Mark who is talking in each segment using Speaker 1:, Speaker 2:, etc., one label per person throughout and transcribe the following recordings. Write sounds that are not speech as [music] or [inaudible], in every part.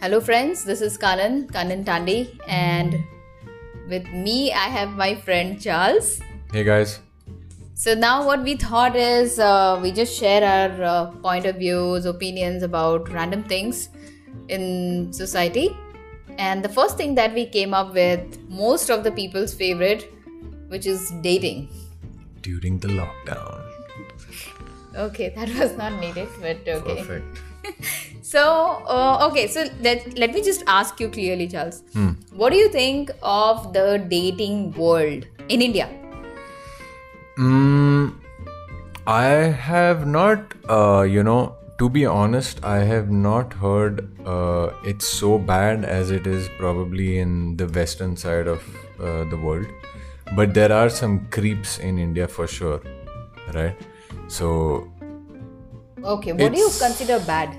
Speaker 1: Hello, friends. This is Kanan, Kanan Tandi, and with me, I have my friend Charles.
Speaker 2: Hey guys.
Speaker 1: So now, what we thought is uh, we just share our uh, point of views, opinions about random things in society. And the first thing that we came up with, most of the people's favorite, which is dating.
Speaker 2: During the lockdown.
Speaker 1: Okay, [laughs] that was not needed, but okay.
Speaker 2: Perfect.
Speaker 1: So, uh, okay, so let, let me just ask you clearly, Charles.
Speaker 2: Hmm.
Speaker 1: What do you think of the dating world in India?
Speaker 2: Mm, I have not, uh, you know, to be honest, I have not heard uh, it's so bad as it is probably in the western side of uh, the world. But there are some creeps in India for sure, right? So
Speaker 1: Okay, what do you
Speaker 2: It's-
Speaker 1: consider bad?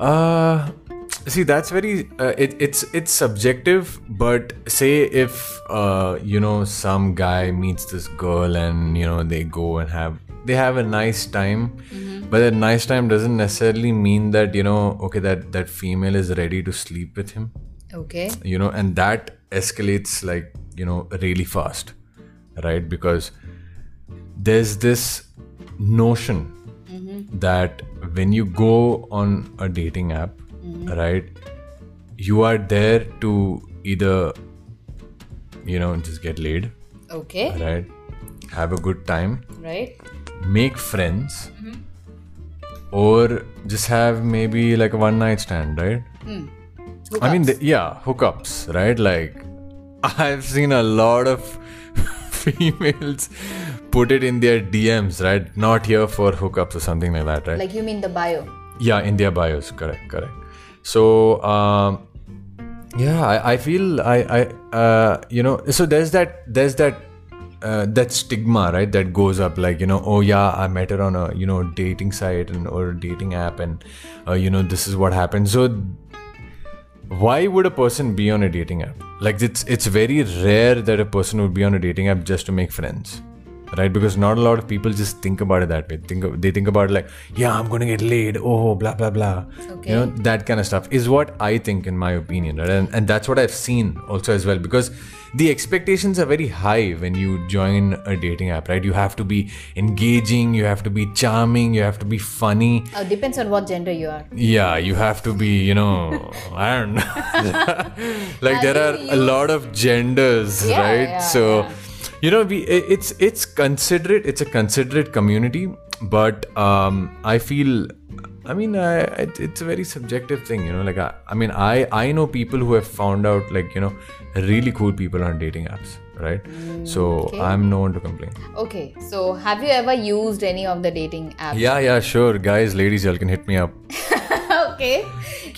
Speaker 2: Uh, see, that's very uh, it, it's it's subjective. But say if uh, you know some guy meets this girl and you know they go and have they have a nice time, but that nice time doesn't necessarily mean that you know okay that that female is ready to sleep with him
Speaker 1: Okay.
Speaker 2: you know and that escalates like you know really fast right because there's this notion that when you go on a dating app right you are there to either you know just get laid
Speaker 1: Okay.
Speaker 2: right have a good time
Speaker 1: Right.
Speaker 2: make friends or just have maybe like a one night stand right I mean, the, yeah, hookups, right? Like, [laughs] I've seen a lot of [laughs] females put it in their DMs, right? Not here for hookups or something like that, right?
Speaker 1: Like you mean the bio.
Speaker 2: yeah, in their bios, correct, correct. So, um, yeah, I, I feel I, I, uh, you know, so there's that, there's that. Uh, that stigma right that goes up like you know oh yeah i met her on a you know dating site and or a dating app and uh, you know this is what happened so why would a person be on a dating app like it's it's very rare that a person would be on a dating app just to make friends right because not a lot of people just think about it that way think of, they think about like yeah i'm gonna get laid oh blah blah blah
Speaker 1: Okay.
Speaker 2: you know that kind of stuff is what i think in my opinion right and, and that's what i've seen also as well because the expectations are very high when you join a dating app right you have to be engaging you have to be charming you have to be funny
Speaker 1: Uh, depends on what gender you are.
Speaker 2: yeah you have to be
Speaker 1: [laughs]
Speaker 2: you know i don't know [laughs] like there are
Speaker 1: think
Speaker 2: a lot of genders
Speaker 1: Yeah,
Speaker 2: right
Speaker 1: yeah,
Speaker 2: so you know we i- it's it's considerate it's a considerate community but um i feel i mean I, it, it's a very subjective thing you know like I, I mean i i know people who have found out like you know really cool people on dating apps right
Speaker 1: Mm,
Speaker 2: so i'm no one to complain
Speaker 1: Okay. So, have you ever used any of the dating apps?
Speaker 2: yeah yeah sure guys ladies y'all can hit me up
Speaker 1: [laughs] okay.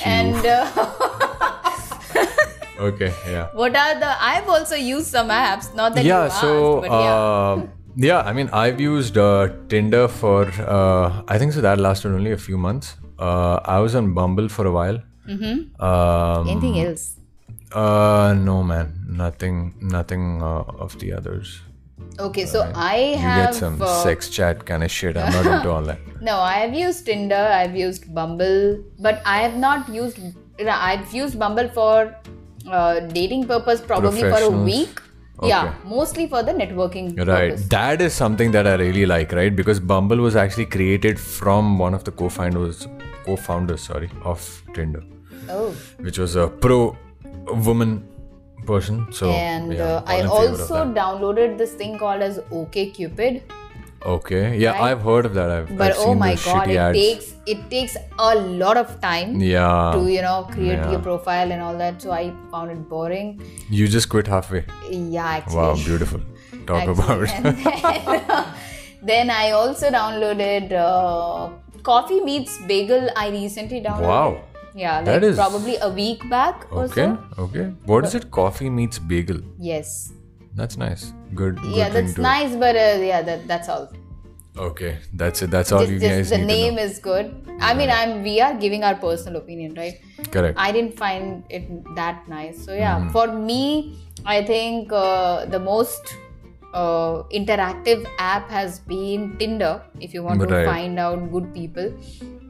Speaker 1: And uh,
Speaker 2: okay yeah
Speaker 1: what are the? I've also used some apps. Not that
Speaker 2: yeah
Speaker 1: you
Speaker 2: so
Speaker 1: asked, but yeah.
Speaker 2: uh, yeah i mean i've used uh, tinder for uh, i think so that lasted only a few months uh, i was on bumble for a while mm-hmm. um,
Speaker 1: Anything else?
Speaker 2: uh, no man nothing nothing uh, of the others
Speaker 1: Okay. So I
Speaker 2: you
Speaker 1: have.
Speaker 2: get some
Speaker 1: uh,
Speaker 2: sex chat kind of shit i'm not into
Speaker 1: [laughs]
Speaker 2: all that
Speaker 1: No, I have used Tinder, I've used Bumble, but I have not used. I've used Bumble for uh, dating purpose probably for a
Speaker 2: Professionals.
Speaker 1: week. Yeah, mostly for the networking.
Speaker 2: Right.
Speaker 1: purpose.
Speaker 2: That is something that I really like, right? Because Bumble was actually created from one of the co-founders co-founders, sorry, of Tinder.
Speaker 1: Oh,
Speaker 2: which was a pro woman person. So
Speaker 1: and
Speaker 2: yeah,
Speaker 1: uh,
Speaker 2: all
Speaker 1: I
Speaker 2: in favor of
Speaker 1: also downloaded this thing called as OKCupid.
Speaker 2: that. okay, yeah, I've heard of that. I've,
Speaker 1: But
Speaker 2: I've
Speaker 1: oh
Speaker 2: seen
Speaker 1: my
Speaker 2: those
Speaker 1: god,
Speaker 2: shitty
Speaker 1: it
Speaker 2: ads.
Speaker 1: takes it takes a lot of time
Speaker 2: yeah,
Speaker 1: to you know create
Speaker 2: yeah.
Speaker 1: your profile and all that. So I found it boring.
Speaker 2: you just quit halfway.
Speaker 1: Yeah, actually.
Speaker 2: Wow, beautiful. Talk about
Speaker 1: And then, then I also downloaded uh, Coffee Meets Bagel. I recently downloaded.
Speaker 2: [laughs] wow.
Speaker 1: Yeah, like
Speaker 2: That is-
Speaker 1: probably a week back or
Speaker 2: Okay,
Speaker 1: so.
Speaker 2: okay. What is it? Coffee meets bagel.
Speaker 1: Yes.
Speaker 2: That's nice. Good. good
Speaker 1: yeah,
Speaker 2: thing
Speaker 1: that's
Speaker 2: to-
Speaker 1: nice, but uh, yeah, that, that's all.
Speaker 2: Okay, that's it. That's all
Speaker 1: Just,
Speaker 2: you
Speaker 1: just
Speaker 2: guys
Speaker 1: the
Speaker 2: need
Speaker 1: name is good. I mean, I'm we are giving our personal opinion, right?
Speaker 2: to know. Correct.
Speaker 1: I didn't find it that nice. So yeah, for me, I think uh, the most uh, interactive app has been Tinder, if you want to
Speaker 2: Right.
Speaker 1: find out good people.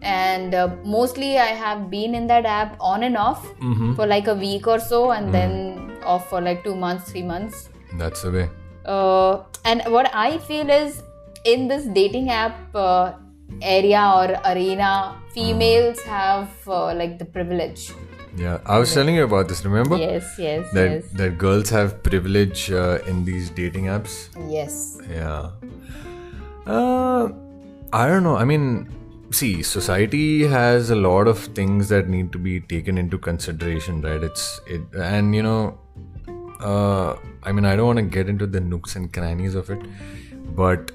Speaker 1: And uh, mostly I have been in that app on and off
Speaker 2: hmm
Speaker 1: for like a week or so, and then off for like two months, three months.
Speaker 2: That's the way.
Speaker 1: Uh, and what I feel is in this dating app uh, area or arena, females have uh, like the privilege.
Speaker 2: Yeah, I was telling you about this. Remember
Speaker 1: Yes, yes,
Speaker 2: that
Speaker 1: yes.
Speaker 2: that girls have privilege uh, in these dating apps.
Speaker 1: Yes.
Speaker 2: Yeah. Uh, I don't know. I mean, see, society has a lot of things that need to be taken into consideration, right? It's it, and you know, uh, I mean, I don't want to get into the nooks and crannies of it, but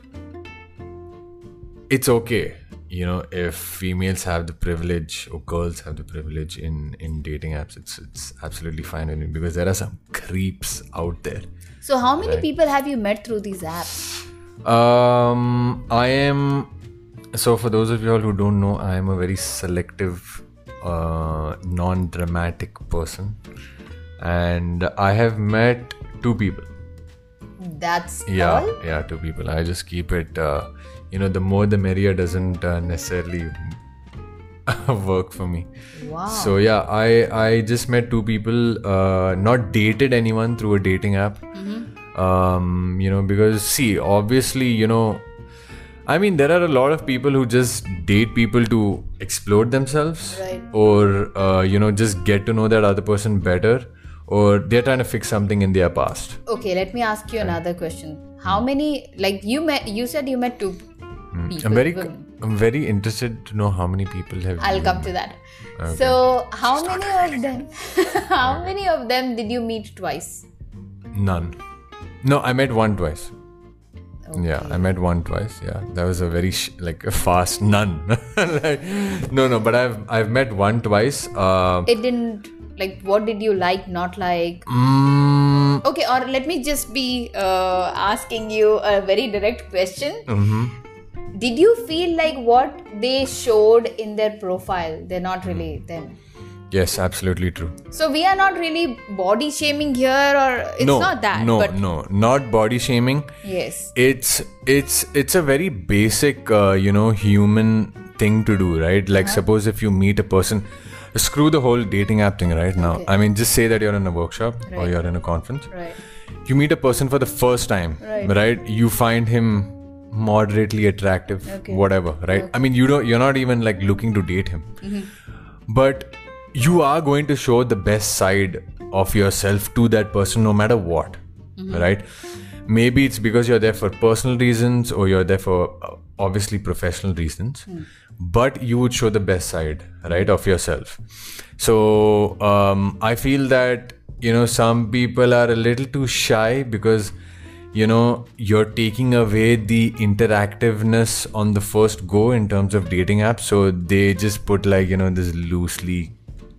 Speaker 2: it's okay, you know, if females have the privilege or girls have the privilege in in dating apps, it's it's absolutely fine. I mean, because there are some creeps out there.
Speaker 1: So, how many people have you met through these apps?
Speaker 2: Um, I am. So, for those of you all who don't know, I am a very selective, uh, non dramatic person. And I have met two people.
Speaker 1: That's
Speaker 2: Yeah,
Speaker 1: all.
Speaker 2: yeah, two people. I just keep it, uh, you know, the more the merrier doesn't uh, necessarily [laughs] work for me.
Speaker 1: Wow.
Speaker 2: So yeah, I I just met two people, uh, not dated anyone through a dating app.
Speaker 1: Mm-hmm.
Speaker 2: Um, you know, because see, obviously, you know, I mean, there are a lot of people who just date people to explore themselves,
Speaker 1: Right.
Speaker 2: or uh, you know, just get to know that other person better, or they're trying to fix something in their past.
Speaker 1: okay, let me ask you another question. How many? Like you met? You said you met two people.
Speaker 2: I'm very
Speaker 1: women.
Speaker 2: I'm very interested to know how many people have.
Speaker 1: I'll
Speaker 2: you
Speaker 1: come to that. So, how many of them? [laughs] how many of them did you meet twice?
Speaker 2: None. No, I met one twice. Yeah, I met one twice. Yeah, that was a very sh- like a fast none. [laughs] like, no, no, but I've I've met one twice. Uh,
Speaker 1: It didn't. Like, what did you like? Not like?
Speaker 2: mm,
Speaker 1: Okay, or let me just be uh, asking you a very direct question.
Speaker 2: mhm.
Speaker 1: Did you feel like what they showed in their profile? They're not
Speaker 2: Mm-hmm.
Speaker 1: really them.
Speaker 2: Yes, absolutely true.
Speaker 1: So we are not really body shaming here, or it's
Speaker 2: no,
Speaker 1: not that.
Speaker 2: No,
Speaker 1: but
Speaker 2: no, not body shaming.
Speaker 1: yes,
Speaker 2: It's it's it's a very basic uh, you know human thing to do, right? Like suppose if you meet a person. Screw the whole dating app thing right now. I mean, just say that you're in a workshop or
Speaker 1: Right.
Speaker 2: you're in a conference.
Speaker 1: right.
Speaker 2: you meet a person for the first time
Speaker 1: Right.
Speaker 2: you find him moderately attractive
Speaker 1: Okay.
Speaker 2: whatever right i mean you don't you're not even like looking to date him but you are going to show the best side of yourself to that person no matter what right maybe it's because you're there for personal reasons or you're there for uh, obviously professional reasons but you would show the best side right of yourself so um, i feel that you know some people are a little too shy because you know you're taking away the interactiveness on the first go in terms of dating apps so they just put like you know this loosely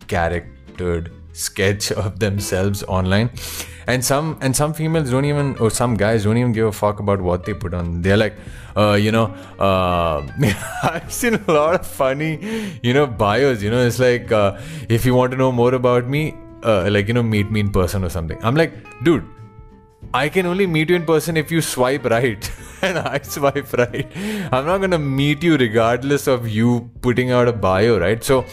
Speaker 2: charactered sketch [laughs] of themselves online and some and some females don't even or some guys don't even give a fuck about what they put on they're like uh, you know uh, [laughs] i've seen a lot of funny you know bios you know it's like uh, if you want to know more about me uh, like you know meet me in person or something i'm like dude I can only meet you in person if you swipe right. [laughs] and I swipe right. I'm not going to meet you regardless of you putting out a bio, right? So,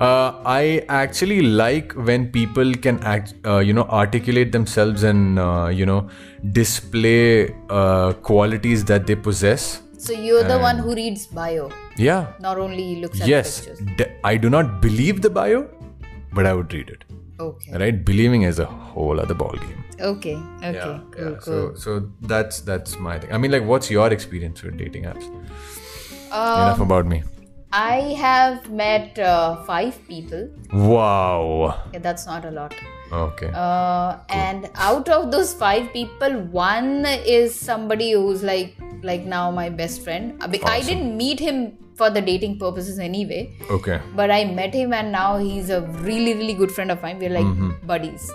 Speaker 2: uh, I actually like when people can act, uh, you know, articulate themselves and, uh, you know, display uh, qualities that they possess.
Speaker 1: So you're the one who reads bio,
Speaker 2: Yeah.
Speaker 1: not only looks at
Speaker 2: Yes.
Speaker 1: pictures.
Speaker 2: D- I do not believe the bio, but I would read it,
Speaker 1: Okay.
Speaker 2: right? Believing is a whole other ballgame.
Speaker 1: Okay. Okay.
Speaker 2: yeah,
Speaker 1: cool,
Speaker 2: yeah.
Speaker 1: cool.
Speaker 2: so so that's that's my thing i mean like what's your experience with dating apps enough
Speaker 1: Um,
Speaker 2: about me
Speaker 1: I have met uh, five people.
Speaker 2: wow
Speaker 1: Okay, that's not a lot.
Speaker 2: okay
Speaker 1: Uh, and out of those five people, one is somebody who's like like now my best friend. I- I didn't meet him for the dating purposes anyway.
Speaker 2: okay
Speaker 1: but I met him and now he's a really really good friend of mine. We're like buddies.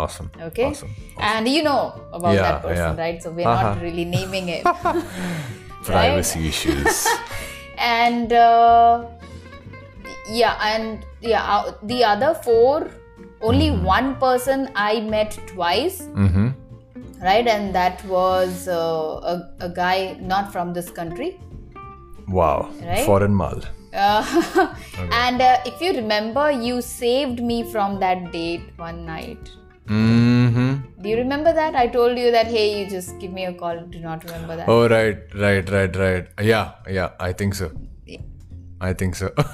Speaker 2: awesome
Speaker 1: Okay.
Speaker 2: Mm-hmm. awesome
Speaker 1: And you know about
Speaker 2: Yeah,
Speaker 1: that person,
Speaker 2: yeah. Uh-huh.
Speaker 1: right? So we're not really naming it.
Speaker 2: [laughs] privacy
Speaker 1: [laughs]
Speaker 2: issues
Speaker 1: and uh, yeah, and yeah, uh, the other four, only one person I met twice.
Speaker 2: mm-hmm
Speaker 1: right? And that was uh, a, a guy not from this country.
Speaker 2: Wow.
Speaker 1: Right?
Speaker 2: Foreign mal.
Speaker 1: Uh, [laughs] And uh, if you remember, you saved me from that date one night.
Speaker 2: Mm-hmm.
Speaker 1: Do you remember that? I told you that, hey, you just give me a call. Do not remember that.
Speaker 2: Oh right, right, right, right. Yeah, yeah. I think so. I think so. [laughs]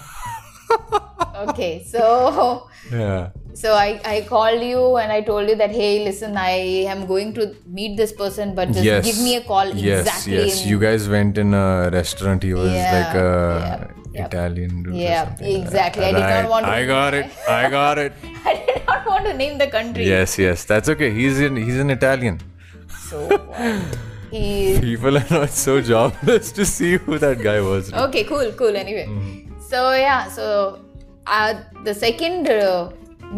Speaker 2: Oh.
Speaker 1: Okay, so
Speaker 2: yeah.
Speaker 1: so I, I called you and I told you that, hey, listen, I am going to meet this person, but just
Speaker 2: yes.
Speaker 1: give me a call
Speaker 2: Yes,
Speaker 1: exactly.
Speaker 2: yes.
Speaker 1: in- [laughs]
Speaker 2: You guys went in a restaurant. He was
Speaker 1: Yeah,
Speaker 2: like a
Speaker 1: yeah, yep.
Speaker 2: Italian dude. or
Speaker 1: Yeah,
Speaker 2: something.
Speaker 1: exactly. I did not
Speaker 2: Right.
Speaker 1: want to-
Speaker 2: I got
Speaker 1: [laughs]
Speaker 2: it. I got it.
Speaker 1: I did not want to name the country.
Speaker 2: yes, yes. That's okay. He's in. He's an Italian.
Speaker 1: So what? he
Speaker 2: People are not so jobless [laughs] to see who that guy was.
Speaker 1: okay cool cool anyway
Speaker 2: Mm-hmm.
Speaker 1: so yeah so uh, the second uh,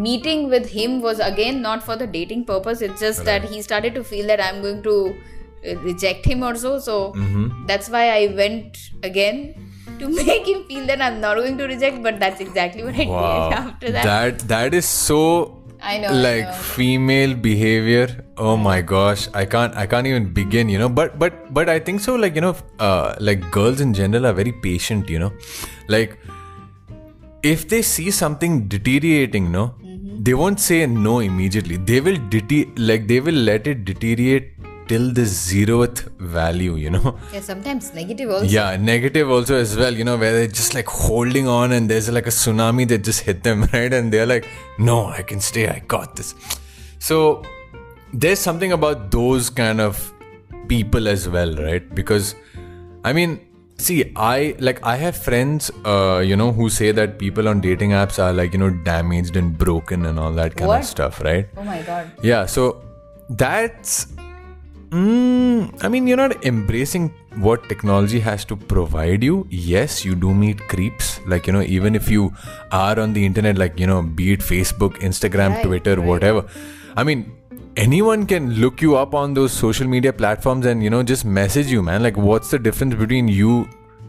Speaker 1: meeting with him was again not for the dating purpose it's just that he started to feel that i'm going to uh, reject him or so so
Speaker 2: Mm-hmm.
Speaker 1: that's why i went again to [laughs] make him feel that i'm not going to reject but that's exactly what i
Speaker 2: Wow.
Speaker 1: did [laughs] after that,
Speaker 2: that that is so
Speaker 1: i know I
Speaker 2: like
Speaker 1: know.
Speaker 2: female behavior oh my gosh i can't i can't even begin you know but but but i think so like you know uh like girls in general are very patient you know like if they see something deteriorating no
Speaker 1: Mm-hmm.
Speaker 2: they won't say no immediately they will dete- like they will let it deteriorate till the zeroth value you know
Speaker 1: yeah sometimes negative also
Speaker 2: yeah, negative also as well, you know, where they're just like holding on and there's like a tsunami that just hit them, [laughs] right? And they're like, no, I can stay, I got this. So there's something about those kind of people as well, right? Because I mean, see, I like I have friends, uh, you know, who say that people on dating apps are like, you know, damaged and broken and all that kind
Speaker 1: What?
Speaker 2: of stuff, right?
Speaker 1: oh my god
Speaker 2: Yeah, so that's. Mm, I mean, you're not embracing what technology has to provide you. Yes, you do meet creeps. Like, you know, even if you are on the internet, like, you know, be it Facebook, Instagram,
Speaker 1: Right,
Speaker 2: Twitter, whatever. I mean, anyone can look you up on those social media platforms and, you know, just message you, man. Like, what's the difference between you,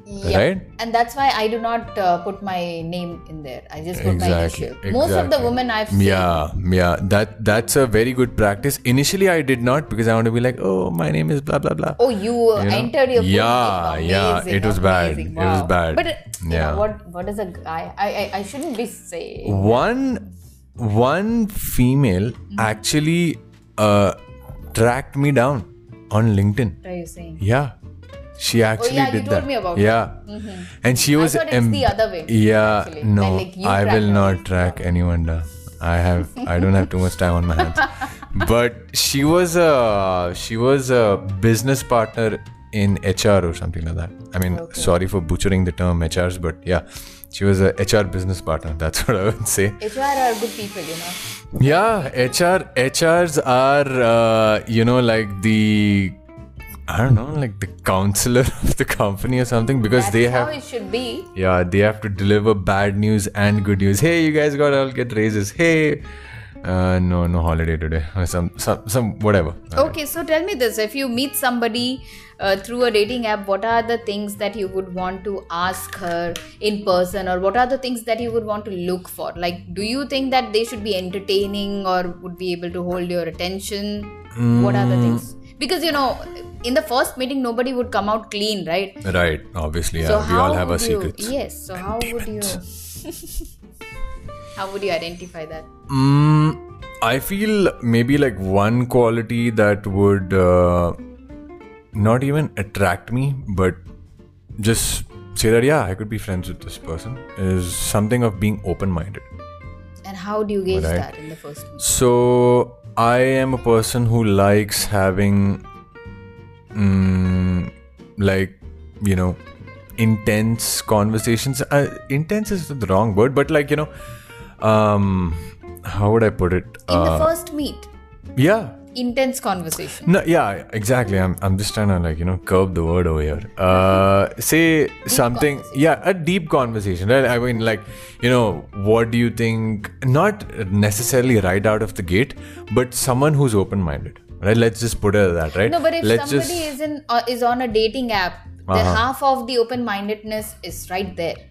Speaker 1: Yeah.
Speaker 2: right?
Speaker 1: And that's why I do not uh, put my name in there. I just put my
Speaker 2: exactly,
Speaker 1: initial. Most of the
Speaker 2: exactly.
Speaker 1: women I've seen.
Speaker 2: yeah yeah that that's a very good practice initially i did not because i want to be like oh my name is blah blah blah
Speaker 1: Oh, you, uh
Speaker 2: You know?
Speaker 1: entered your full
Speaker 2: Yeah,
Speaker 1: name.
Speaker 2: yeah,
Speaker 1: Amazing,
Speaker 2: it was bad.
Speaker 1: amazing.
Speaker 2: It was
Speaker 1: Wow.
Speaker 2: bad.
Speaker 1: But uh, you
Speaker 2: Yeah.
Speaker 1: know, what what is a guy? I I, I shouldn't be saying.
Speaker 2: one one female actually uh tracked me down on linkedin
Speaker 1: What are you saying?
Speaker 2: yeah she actually
Speaker 1: Oh, yeah, you
Speaker 2: did
Speaker 1: told
Speaker 2: that
Speaker 1: me about Mm-hmm.
Speaker 2: yeah and she was
Speaker 1: thought it's
Speaker 2: em-
Speaker 1: the other way,
Speaker 2: yeah
Speaker 1: actually.
Speaker 2: no
Speaker 1: That, like, you
Speaker 2: i
Speaker 1: track
Speaker 2: will
Speaker 1: her.
Speaker 2: not track anyone down i have i don't have too much time on
Speaker 1: [laughs]
Speaker 2: my hands but she was a she was a business partner in hr or something like that i mean sorry for butchering the term hrs but yeah she was a hr business partner that's [laughs] what i would say
Speaker 1: HR are good people, you know.
Speaker 2: yeah hr hrs are uh, you know like the i don't know like the counselor [laughs] of the company or something because
Speaker 1: That's
Speaker 2: they
Speaker 1: how
Speaker 2: have
Speaker 1: it should be.
Speaker 2: yeah they have to deliver bad news and good news hey you guys gotta all get raises hey uh, no no holiday today or some some, some whatever
Speaker 1: Okay, so tell me this: if you meet somebody uh, through a dating app, what are the things that you would want to ask her in person, or what are the things that you would want to look for? Like, do you think that they should be entertaining, or would be able to hold your attention? What are
Speaker 2: Mm.
Speaker 1: the things? Because you know, in the first meeting, nobody would come out clean, right?
Speaker 2: right obviously yeah
Speaker 1: so
Speaker 2: we
Speaker 1: how
Speaker 2: all have our
Speaker 1: would you,
Speaker 2: secrets
Speaker 1: Yes. So how would you? [laughs] how would you identify that?
Speaker 2: Mm, I feel maybe like one quality that would uh, not even attract me, but just say that, yeah, I could be friends with this person is something of being open minded.
Speaker 1: And how do you gauge
Speaker 2: Right.
Speaker 1: that in the first meeting?
Speaker 2: So I am a person who likes having, mm, like, you know, intense conversations. Uh, intense is the wrong word, but like, you know, um, how would I put it?
Speaker 1: In
Speaker 2: Uh,
Speaker 1: the first meet,
Speaker 2: yeah.
Speaker 1: intense conversation.
Speaker 2: No, yeah, exactly. I'm, I'm just trying to like you know curb the word over here. Uh, say something. Yeah, a deep conversation. Right? I mean, like you know, what do you think? Not necessarily right out of the gate, but someone who's open-minded. Right? Let's just put it at that. Right?
Speaker 1: No, but if
Speaker 2: Let's
Speaker 1: somebody
Speaker 2: just
Speaker 1: is in uh, is on a dating app, then
Speaker 2: Uh-huh.
Speaker 1: half of the open mindedness is right there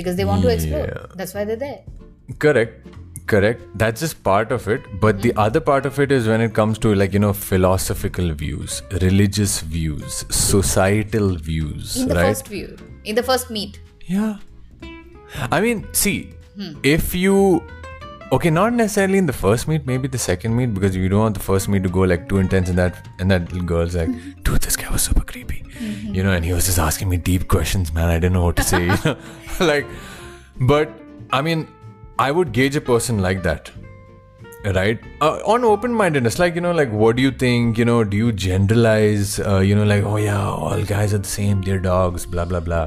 Speaker 1: because they want to explore. That's why they're there.
Speaker 2: correct, correct that's just part of it but
Speaker 1: Mm-hmm.
Speaker 2: the other part of it is when it comes to like you know philosophical views religious views societal views
Speaker 1: in the
Speaker 2: right
Speaker 1: first view in the first meet
Speaker 2: yeah i mean see if you okay not necessarily in the first meet maybe the second meet because you don't want the first meet to go like too intense and that and that little girl's like dude this guy was super creepy you know and he was just asking me deep questions man i didn't know what to say you know [laughs] like but i mean i would gauge a person like that right uh, on open-mindedness like you know like what do you think you know do you generalize uh, you know like oh yeah all guys are the same they're dogs blah blah blah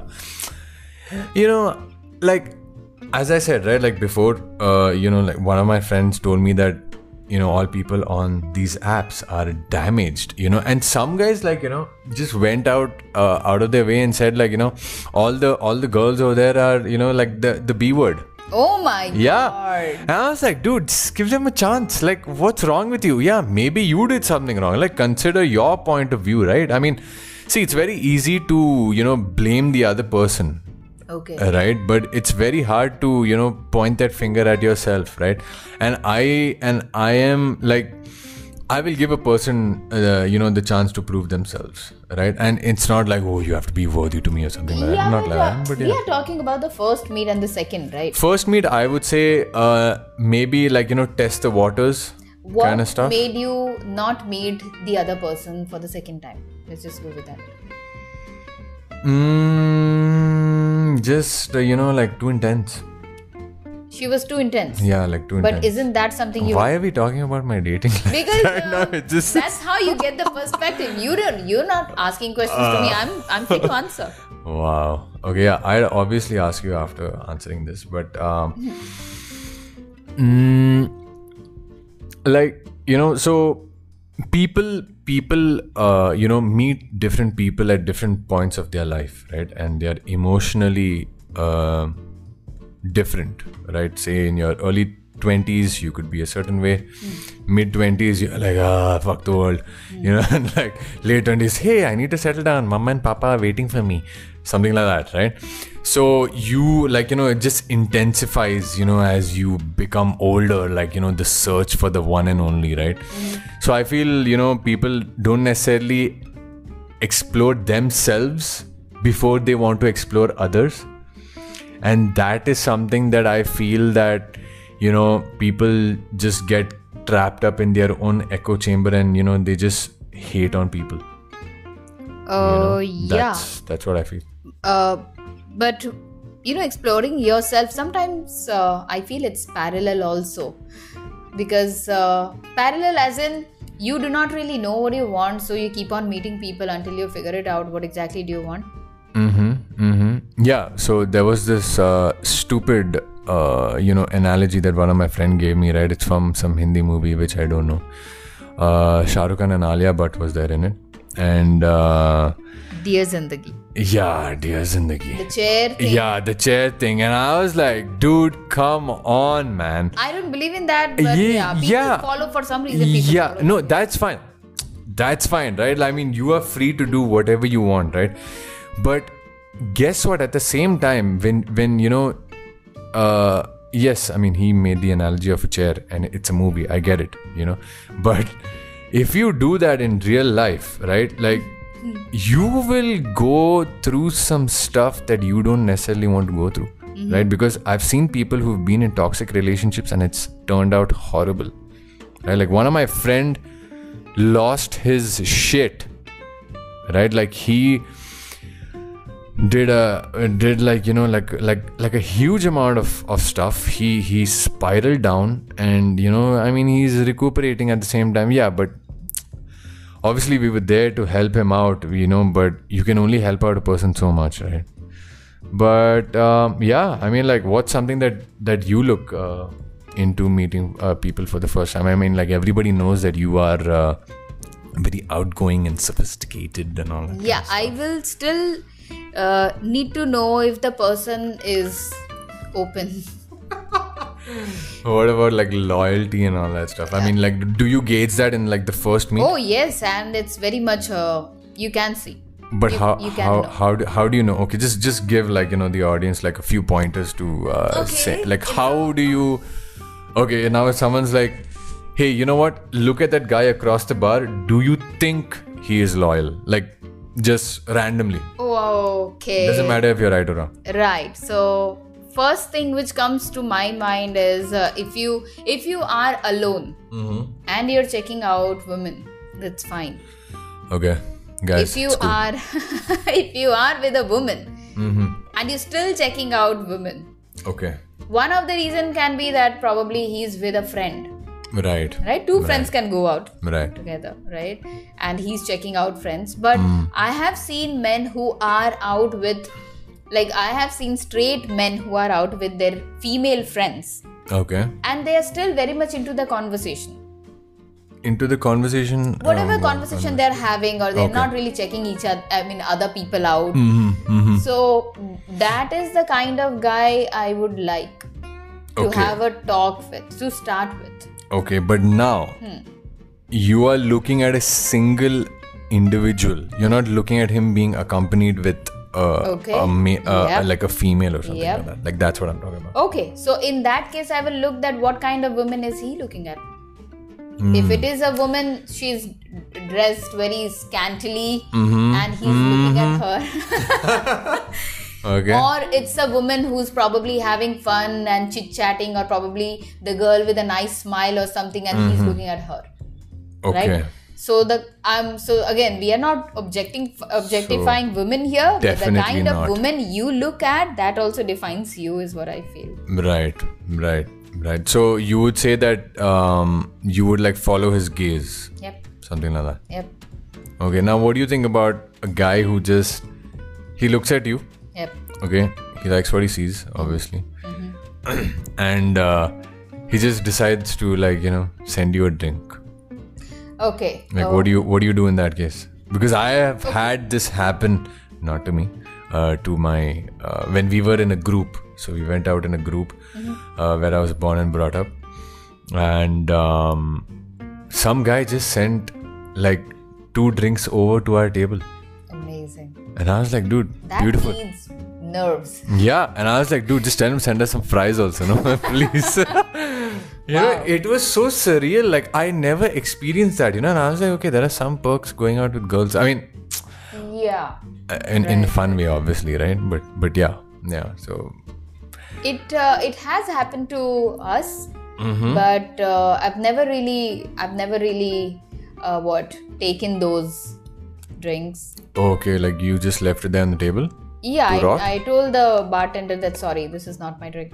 Speaker 2: you know like as i said right like before uh, you know like one of my friends told me that you know all people on these apps are damaged you know and some guys like you know just went out uh, out of their way and said like you know all the all the girls over there are you know like the the b word
Speaker 1: oh my
Speaker 2: yeah.
Speaker 1: god
Speaker 2: And I was like, dude, just give them a chance. Like, what's wrong with you? Yeah, maybe you did something wrong. Like, consider your point of view, right? I mean, see, it's very easy to, you know, blame the other person,
Speaker 1: okay
Speaker 2: uh, right? But it's very hard to, you know, point that finger at yourself, right? And I, and I am like, I will give a person, uh, you know, the chance to prove themselves, right? And it's not like, oh, you have to be worthy to me or something like that. Not like that, but yeah.
Speaker 1: we are talking about the first meet and the second right
Speaker 2: First meet, I would say uh, maybe like you know test the waters
Speaker 1: what
Speaker 2: kind of stuff.
Speaker 1: made you not meet the other person for the second time let's just go with that
Speaker 2: Mm, just uh, you know like too intense.
Speaker 1: she was too intense
Speaker 2: Yeah, like too
Speaker 1: but
Speaker 2: intense.
Speaker 1: isn't that something you
Speaker 2: Why are we talking about my dating life? [laughs]
Speaker 1: because
Speaker 2: right now?
Speaker 1: uh,
Speaker 2: It just
Speaker 1: that's how you get the perspective you don't you're not asking questions to
Speaker 2: Uh.
Speaker 1: me i'm i'm free to [laughs] answer
Speaker 2: wow. Okay, yeah, I'll obviously ask you after answering this, but um, mm, like you know, so people people uh, you know meet different people at different points of their life, right? And they are emotionally. um different, right? Say in your early 20s, you could be a certain way. Mid 20s, you're like, ah, fuck the world. You know, [laughs] and like late 20s, hey, I need to settle down. Mama and Papa are waiting for me. Something like that, right? So you, like, you know, it just intensifies, you know, as you become older, like, you know, the search for the one and only, right? So I feel, you know, people don't necessarily explore themselves before they want to explore others and that is something that i feel that you know people just get trapped up in their own echo chamber and you know they just hate on people
Speaker 1: oh yeah
Speaker 2: that's that's what i feel
Speaker 1: uh, but you know exploring yourself sometimes uh, i feel it's parallel also because uh, parallel as in you do not really know what you want so you keep on meeting people until you figure it out what exactly do you want
Speaker 2: mm-hmm mm-hmm yeah so there was this uh, stupid uh, you know analogy that one of my friend gave me right it's from some hindi movie which i don't know uh, Shah Rukh Khan and Alia Bhatt was there in it and uh,
Speaker 1: dear zindagi
Speaker 2: yeah dear zindagi
Speaker 1: the chair thing
Speaker 2: Yeah, the chair thing. And I was like, dude, come on, man.
Speaker 1: i don't believe in that but
Speaker 2: Ye-
Speaker 1: yeah people
Speaker 2: Eh, yeah.
Speaker 1: follow for some reason people
Speaker 2: Yeah,
Speaker 1: follow.
Speaker 2: no, that's fine. That's fine, right? I mean, you are free to do whatever you want, right? But guess what? At the same time, when, when you know, uh, yes, I mean, he made the analogy of a chair and it's a movie. I get it, you know. [laughs] But if you do that in real life, right? Like, you will go through some stuff that you don't necessarily want to go through, right? Because I've seen people who've been in toxic relationships and it's turned out horrible, right? Like, one of my friend lost his shit, right? Like, he did a did like you know like like like a huge amount of of stuff he he spiraled down and you know i mean he's recuperating at the same time yeah but obviously we were there to help him out you know but you can only help out a person so much right but um, yeah i mean like what's something that that you look uh, into meeting uh, people for the first time i mean like everybody knows that you are uh, very outgoing and sophisticated and all that
Speaker 1: yeah i will still uh, need to know if the person is open
Speaker 2: What about like loyalty and all that stuff? I mean, like, do you gauge that in like the first meet?
Speaker 1: Oh yes, and it's very much uh, you can see.
Speaker 2: but
Speaker 1: Oh, you-
Speaker 2: how
Speaker 1: you can
Speaker 2: how
Speaker 1: know.
Speaker 2: how do, how do you know? Okay, just just give like you know the audience like a few pointers to uh,
Speaker 1: Okay.
Speaker 2: say like how do you Okay, now if someone's like, hey, you know what? Look at that guy across the bar. Do you think he is loyal? Like, just randomly.
Speaker 1: Okay.
Speaker 2: Doesn't matter if you're right or wrong.
Speaker 1: Right. So first thing which comes to my mind is uh, if you if you are alone and you're checking out women, that's fine.
Speaker 2: Okay, guys.
Speaker 1: if you
Speaker 2: it's cool.
Speaker 1: are [laughs] if you are with a woman and you're still checking out women,
Speaker 2: Okay,
Speaker 1: one of the reason can be that probably he's with a friend,
Speaker 2: right,
Speaker 1: right? Two friends can go out
Speaker 2: right.
Speaker 1: together, right? And he's checking out friends. But
Speaker 2: Hmm.
Speaker 1: I have seen men who are out with, like, I have seen straight men who are out with their female friends
Speaker 2: Okay.
Speaker 1: and they are still very much into the conversation.
Speaker 2: Into the conversation.
Speaker 1: Whatever
Speaker 2: um,
Speaker 1: conversation they're having, or they're
Speaker 2: Okay.
Speaker 1: not really checking each other, I mean, other people out.
Speaker 2: mhm, mhm.
Speaker 1: So that is the kind of guy I would like to
Speaker 2: Okay.
Speaker 1: have a talk with, to start with.
Speaker 2: Okay, but now
Speaker 1: Hmm.
Speaker 2: you are looking at a single individual. You're not looking at him being accompanied with uh,
Speaker 1: Okay.
Speaker 2: a ma- uh,
Speaker 1: Yep.
Speaker 2: like a female or something
Speaker 1: Yep.
Speaker 2: like that. Like that's what I'm talking about.
Speaker 1: Okay, so in that case, I will look that what kind of woman is he looking at.
Speaker 2: Hmm.
Speaker 1: If it is a woman, she's dressed very scantily,
Speaker 2: Mm-hmm.
Speaker 1: and he's looking at
Speaker 2: [laughs]
Speaker 1: her.
Speaker 2: Okay.
Speaker 1: or it's a woman who's probably having fun and chit chatting, or probably the girl with a nice smile or something, and he's looking at her.
Speaker 2: Mm-hmm. okay.
Speaker 1: Right. So the um. So again, we are not objecting objectifying women here. But the
Speaker 2: Definitely
Speaker 1: kind of
Speaker 2: not.
Speaker 1: woman you look at that also defines you, is what I feel.
Speaker 2: Right, right, right. So you would say that um, you would like follow his gaze,
Speaker 1: Yep.
Speaker 2: something like that.
Speaker 1: Yep.
Speaker 2: Okay, now what do you think about a guy who just he looks at you?
Speaker 1: Yep.
Speaker 2: Okay, he likes what he sees, obviously,
Speaker 1: Mm-hmm.
Speaker 2: and uh, he just decides to like you know send you a drink.
Speaker 1: Okay.
Speaker 2: Like,
Speaker 1: Oh,
Speaker 2: what do you what do you do in that case? Because I have had this happen, not to me, uh, to my uh, when we were in a group. So we went out in a group
Speaker 1: Mm-hmm.
Speaker 2: uh, where I was born and brought up, and um, some guy just sent like two drinks over to our table,
Speaker 1: amazing.
Speaker 2: and I was like, dude,
Speaker 1: That
Speaker 2: beautiful.
Speaker 1: needs nerves.
Speaker 2: Yeah, and I was like, dude, just tell him send us some fries also, no, [laughs] please. you know, it was so surreal. Like I never experienced that, you know. And I was like, okay, there are some perks going out with girls. I mean,
Speaker 1: Yeah.
Speaker 2: uh, in in fun way, obviously, right? But but yeah, yeah. So
Speaker 1: It uh, it has happened to us,
Speaker 2: Mm-hmm.
Speaker 1: but uh, I've never really I've never really uh, what taken those drinks.
Speaker 2: okay, like you just left it there on the table.
Speaker 1: Yeah,
Speaker 2: To rock?
Speaker 1: I, I told the bartender that sorry, this is not my drink.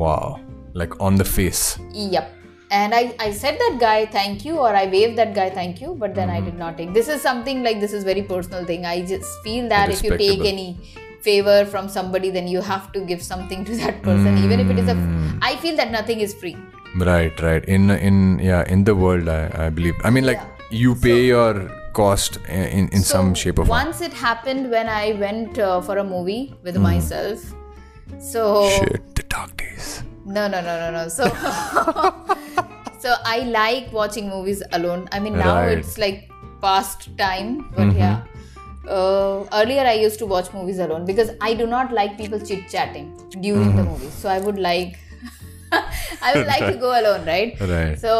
Speaker 2: Wow, like on the face.
Speaker 1: Yep. And I, I said that guy thank you or I waved that guy thank you, but then
Speaker 2: Mm-hmm.
Speaker 1: I did not take. This is something like this is very personal thing. I just feel that if you take
Speaker 2: Respectable.
Speaker 1: any favor from somebody, then you have to give something to that person, even if it is
Speaker 2: Mm.
Speaker 1: a. I feel that nothing is free.
Speaker 2: Right, right. In in yeah, in the world, I I believe. I mean, like you pay your cost in in, in some
Speaker 1: So,
Speaker 2: shape or form.
Speaker 1: Once it happened when I went uh, for a movie with myself. So
Speaker 2: Mm. Shit, the dark days.
Speaker 1: no no no no no.
Speaker 2: [laughs]
Speaker 1: So so I like watching movies alone. I mean now
Speaker 2: Right. Mm-hmm.
Speaker 1: it's like past time, but yeah. Uh, earlier I used to watch movies alone because I do not like people chit chatting during the
Speaker 2: Mm-hmm.
Speaker 1: movies. So I would like [laughs] I would like
Speaker 2: [laughs]
Speaker 1: to go alone, right?
Speaker 2: Right.
Speaker 1: So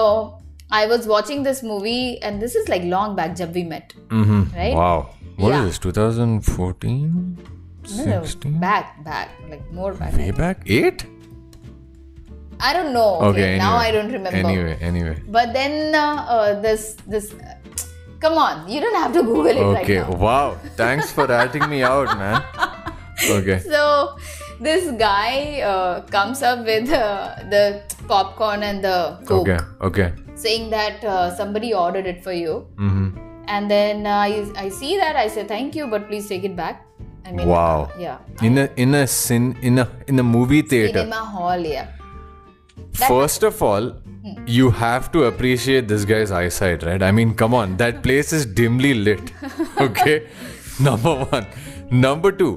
Speaker 1: I was watching this movie and this is like long back jab we met.
Speaker 2: Mm-hmm.
Speaker 1: Right?
Speaker 2: Wow. What is
Speaker 1: Yeah.
Speaker 2: this? 2014?
Speaker 1: No, no,
Speaker 2: 16?
Speaker 1: back, back, like more back.
Speaker 2: Way back? 8?
Speaker 1: I don't know. Okay, now I don't remember.
Speaker 2: Anyway, anyway.
Speaker 1: But then uh, uh, this this. come on, you don't have to Google it
Speaker 2: Okay,
Speaker 1: right now.
Speaker 2: wow. Thanks for ratting me out, man. Okay.
Speaker 1: So this guy uh, comes up with uh, the popcorn and the coke,
Speaker 2: Okay, okay.
Speaker 1: saying that uh, somebody ordered it for you.
Speaker 2: Mm-hmm.
Speaker 1: And then uh, I I see that I say thank you, but please take it back. I mean,
Speaker 2: Wow.
Speaker 1: yeah.
Speaker 2: In a in a sin in a in a movie theater.
Speaker 1: Cinema hall, yeah.
Speaker 2: First of all,
Speaker 1: Hmm.
Speaker 2: you have to appreciate this guy's eyesight, right? I mean, come on,
Speaker 1: [laughs]
Speaker 2: that place is dimly lit. Okay, number one. Number two,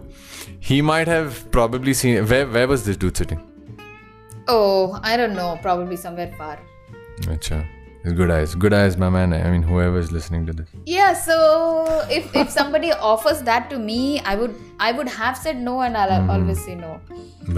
Speaker 2: he might have probably seen. Where where was this dude sitting?
Speaker 1: Oh, I don't know. Probably somewhere far.
Speaker 2: Acha. It's good eyes. Good eyes, my man. I mean, whoever is listening to this.
Speaker 1: Yeah, so if, if somebody [laughs] offers that to me, I would I would have said no and I'll
Speaker 2: Mm-hmm.
Speaker 1: always say no.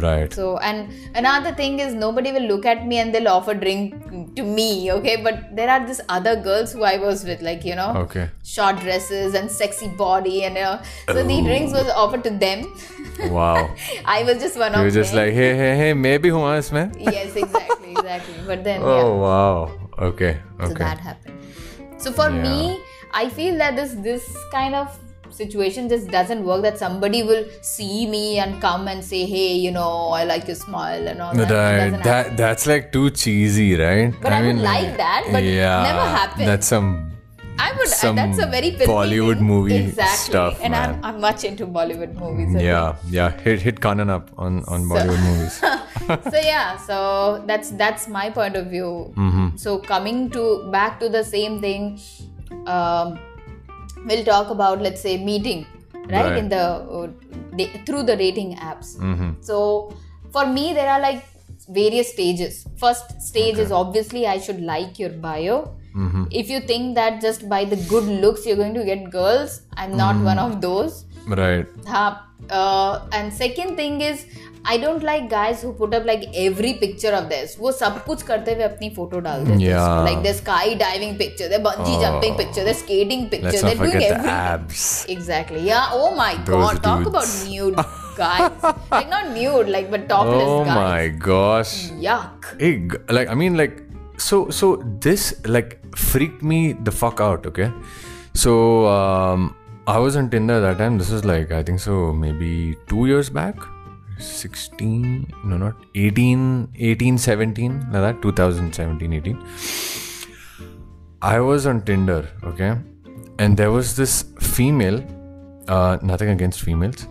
Speaker 2: Right.
Speaker 1: So and another thing is nobody will look at me and they'll offer drink to me, okay? But there are these other girls who I was with, like you know,
Speaker 2: Okay.
Speaker 1: short dresses and sexy body and you know, so
Speaker 2: Oh.
Speaker 1: the drinks was offered to them. [laughs]
Speaker 2: Wow.
Speaker 1: I was just one
Speaker 2: you
Speaker 1: of
Speaker 2: were just
Speaker 1: them.
Speaker 2: like, hey, hey, hey, maybe who else, man?
Speaker 1: [laughs] yes, exactly, exactly. But then yeah.
Speaker 2: [laughs] Oh, wow. Okay.
Speaker 1: so
Speaker 2: Okay.
Speaker 1: that happened so for
Speaker 2: Yeah.
Speaker 1: me i feel that this this kind of situation just doesn't work that somebody will see me and come and say hey you know i like your smile and all that It
Speaker 2: Right.
Speaker 1: doesn't happen.
Speaker 2: That that's like too cheesy, right?
Speaker 1: But I would like that, but it
Speaker 2: yeah,
Speaker 1: never happened.
Speaker 2: That's some
Speaker 1: i would uh,
Speaker 2: some
Speaker 1: that's a very filthy
Speaker 2: Bollywood
Speaker 1: thing.
Speaker 2: movie
Speaker 1: exactly
Speaker 2: stuff,
Speaker 1: and
Speaker 2: man.
Speaker 1: I'm, I'm much into bollywood movies I
Speaker 2: yeah, yeah. Hit hit Kanan up on on Bollywood movies.
Speaker 1: think. [laughs] so yeah so that's that's my point of view so coming to back to the same thing um, we'll talk about let's say meeting right,
Speaker 2: Right.
Speaker 1: in the uh, da- through the dating apps so for me there are like various stages first stage is obviously i should like your bio if you think that just by the good looks you're going to get girls i'm not one of those
Speaker 2: Right.
Speaker 1: Th- uh, and second thing is i don't like guys who put up like every picture of theirs वो सब कुछ करते हुए अपनी photo डाल देते हैं
Speaker 2: Yeah. Oh.
Speaker 1: like their skydiving picture their bungee jumping picture their skating picture
Speaker 2: Let's
Speaker 1: they're
Speaker 2: not
Speaker 1: doing
Speaker 2: forget the
Speaker 1: everything
Speaker 2: abs.
Speaker 1: exactly yeah oh my
Speaker 2: Those
Speaker 1: god talk
Speaker 2: dudes.
Speaker 1: about nude guys like not nude like but topless
Speaker 2: Oh
Speaker 1: guys
Speaker 2: my gosh.
Speaker 1: yuck
Speaker 2: Hey, g- like I mean, like so so this like freaked me the fuck out. Okay, so um, I was on Tinder that time. This is like I think so maybe two years back. 16 no not 18 18 17 like that 2017 18 I was on Tinder, okay, and there was this female. Uh, nothing against females.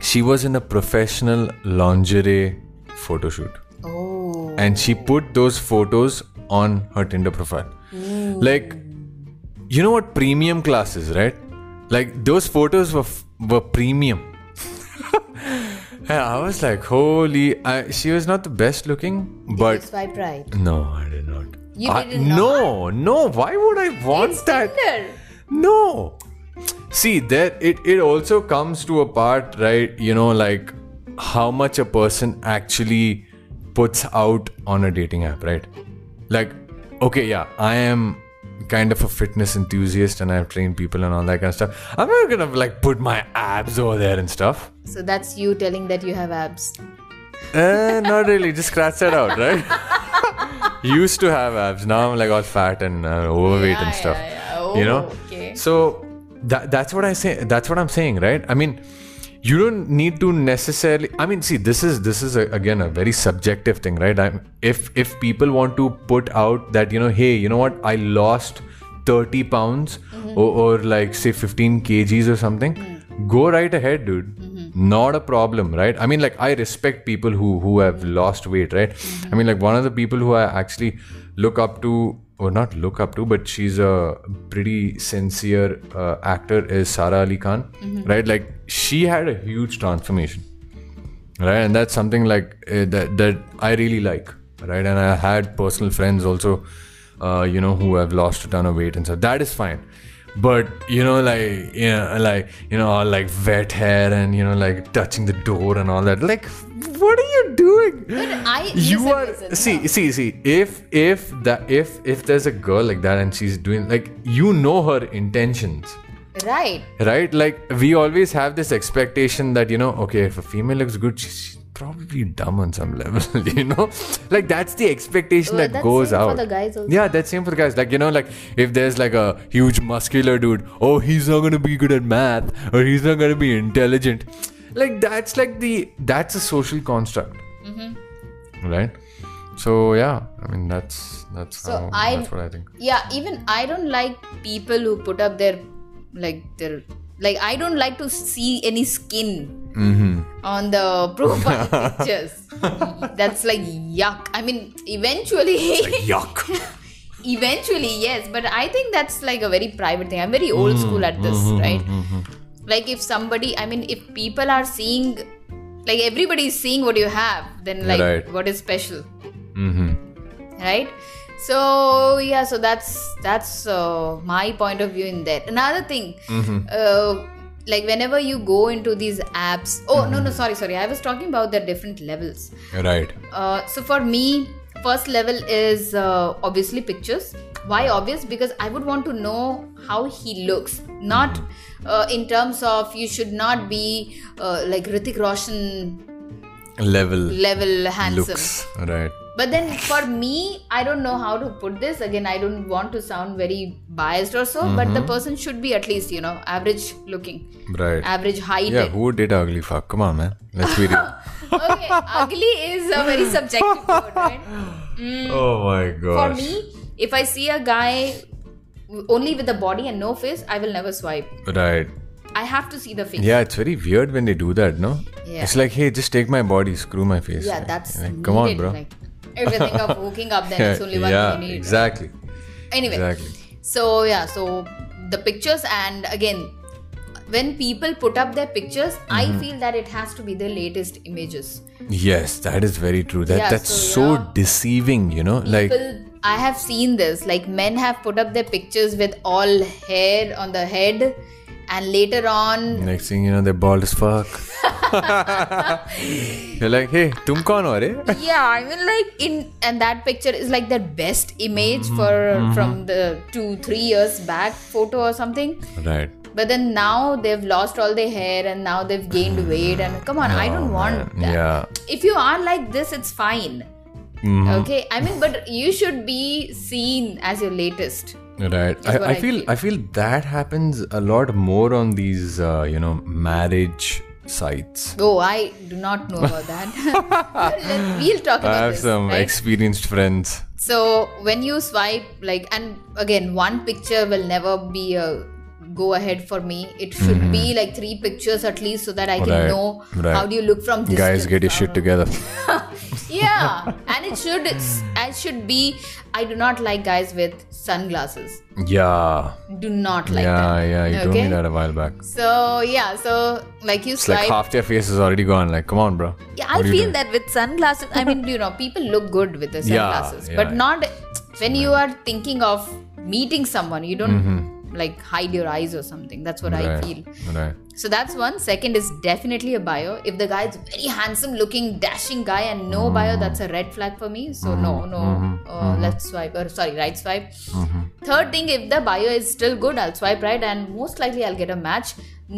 Speaker 2: She was in a professional lingerie photo shoot,
Speaker 1: oh
Speaker 2: and she put those photos on her Tinder profile. Like, you know what premium class is, right? Like those photos were f- were premium. [laughs] and I was like, holy! I, she was not the best looking, but
Speaker 1: it's by pride
Speaker 2: no, I did not.
Speaker 1: You
Speaker 2: I-
Speaker 1: did not?
Speaker 2: No, no. Why would I want that?
Speaker 1: Tinder.
Speaker 2: No. See, there it it also comes to a part, right? You know, like how much a person actually puts out on a dating app, right? Like, okay, yeah, I am kind of a fitness enthusiast and I've trained people and all that kind of stuff. I'm not gonna like put my abs over there and stuff.
Speaker 1: so that's you telling that you have abs
Speaker 2: Eh, not really. Just scratch that out,
Speaker 1: [laughs]
Speaker 2: right? Used to have abs. Now I'm like all fat and uh, overweight and
Speaker 1: Yeah,
Speaker 2: stuff.
Speaker 1: yeah, yeah. Oh,
Speaker 2: you know.
Speaker 1: okay.
Speaker 2: So that that's what I say. That's what I'm saying, right? I mean, you don't need to necessarily. I mean, see, this is this is a, again a very subjective thing, right? I'm, if if people want to put out that you know, hey, you know what, I lost. 30 pounds
Speaker 1: Mm-hmm.
Speaker 2: or, or like say 15 kgs or something
Speaker 1: Mm.
Speaker 2: go right ahead dude
Speaker 1: Mm-hmm.
Speaker 2: not a problem right i mean like i respect people who who have lost weight right i mean like one of the people who i actually look up to or not look up to but she's a pretty sincere uh, actor is sara ali khan right like she had a huge transformation right and that's something like uh, that that i really like right and i had personal friends also uh, you know who have lost a ton of weight and stuff that is fine but you know like you know like you know all like wet hair and you know like touching the door and all that like what are you doing
Speaker 1: I
Speaker 2: you
Speaker 1: listen,
Speaker 2: are
Speaker 1: listen,
Speaker 2: see see see if if that if if there's a girl like that and she's doing like you know her intentions
Speaker 1: right
Speaker 2: right like we always have this expectation that you know okay if a female looks good she's she's probably dumb on some level [laughs] you know like that's the expectation
Speaker 1: Well,
Speaker 2: that
Speaker 1: that's
Speaker 2: goes
Speaker 1: same for
Speaker 2: out
Speaker 1: the guys also.
Speaker 2: yeah that's same for the guys like you know like if there's like a huge muscular dude oh he's not gonna be good at math or he's not gonna be intelligent like that's like the that's a social construct
Speaker 1: Mm-hmm.
Speaker 2: right so yeah i mean that's that's
Speaker 1: So
Speaker 2: how
Speaker 1: I-
Speaker 2: that's what i think
Speaker 1: yeah even i don't like people who put up their like their like i don't like to see any skin on the profile pictures that's like yuck i mean eventually [laughs]
Speaker 2: yuck
Speaker 1: eventually yes but i think that's like a very private thing i'm very old school at this right like if somebody i mean if people are seeing like everybody is seeing what you have then like
Speaker 2: Right.
Speaker 1: what is special
Speaker 2: mm-hmm.
Speaker 1: right so yeah so that's that's uh, my point of view in that another thing uh, like whenever you go into these apps oh no no sorry sorry i was talking about the different levels
Speaker 2: right
Speaker 1: uh, so for me first level is uh, obviously pictures why obvious because i would want to know how he looks not uh, in terms of you should not be uh, like Ritik Roshan
Speaker 2: level
Speaker 1: level handsome
Speaker 2: looks right
Speaker 1: but then for me i don't know how to put this again i don't want to sound very biased or so but
Speaker 2: Mm-hmm.
Speaker 1: the person should be at least you know average looking
Speaker 2: right
Speaker 1: average height
Speaker 2: yeah who did ugly fuck come on man let's be real
Speaker 1: [laughs] okay ugly is a very
Speaker 2: [laughs]
Speaker 1: subjective word right
Speaker 2: oh my
Speaker 1: Hmm. for
Speaker 2: gosh
Speaker 1: me if i see a guy w- only with the body and no face i will never swipe
Speaker 2: right
Speaker 1: i have to see the face
Speaker 2: yeah it's very weird when they do that no
Speaker 1: Yeah.
Speaker 2: it's like hey just take my body screw my face
Speaker 1: Yeah,
Speaker 2: Like,
Speaker 1: that's
Speaker 2: like, come on
Speaker 1: needed,
Speaker 2: bro
Speaker 1: like, if you think of
Speaker 2: [laughs]
Speaker 1: hooking up then it's only one
Speaker 2: yeah
Speaker 1: thing you need
Speaker 2: exactly
Speaker 1: anyway
Speaker 2: exactly
Speaker 1: so yeah so the pictures and again when people put up their pictures
Speaker 2: Mm-hmm.
Speaker 1: i feel that it has to be the latest images
Speaker 2: yes that is very true that
Speaker 1: Yeah,
Speaker 2: that's
Speaker 1: so,
Speaker 2: so
Speaker 1: yeah.
Speaker 2: deceiving you know like
Speaker 1: people i have seen this like men have put up their pictures with all hair on the head and later on
Speaker 2: [laughs] next thing you know they're bald as fuck
Speaker 1: [laughs]
Speaker 2: you're like hey tum kaun ho re
Speaker 1: yeah i mean like in and that picture is like their best image
Speaker 2: Mm-hmm.
Speaker 1: for from the two three years back photo or something
Speaker 2: right
Speaker 1: but then now they've lost all their hair and now they've gained weight and come on i don't want that
Speaker 2: Mm-hmm. yeah
Speaker 1: if you are like this it's fine
Speaker 2: Mm-hmm.
Speaker 1: okay i mean but you should be seen as your latest
Speaker 2: right I,
Speaker 1: what
Speaker 2: I
Speaker 1: I
Speaker 2: feel i feel that happens a lot more on these uh, you know marriage sites
Speaker 1: oh i do not know about that [laughs] Let- we'll talk
Speaker 2: i
Speaker 1: about
Speaker 2: have
Speaker 1: this
Speaker 2: some
Speaker 1: right?
Speaker 2: experienced friends
Speaker 1: so when you swipe like and again one picture will never be a go ahead for me it should be like three pictures at least so that i can
Speaker 2: Mm-hmm. Right,
Speaker 1: know
Speaker 2: right.
Speaker 1: how do you look from distance
Speaker 2: guys get your shit together
Speaker 1: yeah and it should i should be i do not like guys with sunglasses
Speaker 2: yeah
Speaker 1: do not like
Speaker 2: yeah
Speaker 1: that
Speaker 2: yeah you told me
Speaker 1: Okay.
Speaker 2: that a while back
Speaker 1: so yeah so like you
Speaker 2: it's like
Speaker 1: swipe
Speaker 2: half your face is already gone like come on bro
Speaker 1: yeah
Speaker 2: What
Speaker 1: i
Speaker 2: are you
Speaker 1: feel
Speaker 2: doing?
Speaker 1: that with sunglasses i mean you know people look good with the
Speaker 2: Yeah,
Speaker 1: sunglasses
Speaker 2: yeah,
Speaker 1: but
Speaker 2: yeah.
Speaker 1: not when you are thinking of meeting someone you don't like hide your eyes or something that's what i
Speaker 2: Mm-hmm. right.
Speaker 1: feel
Speaker 2: right
Speaker 1: so that's one second is definitely a bio if the guy is very handsome looking dashing guy and no bio that's a red flag for me so
Speaker 2: Mm-hmm.
Speaker 1: no no uh, left swipe or sorry right swipe third thing if the bio is still good i'll swipe right and most likely i'll get a match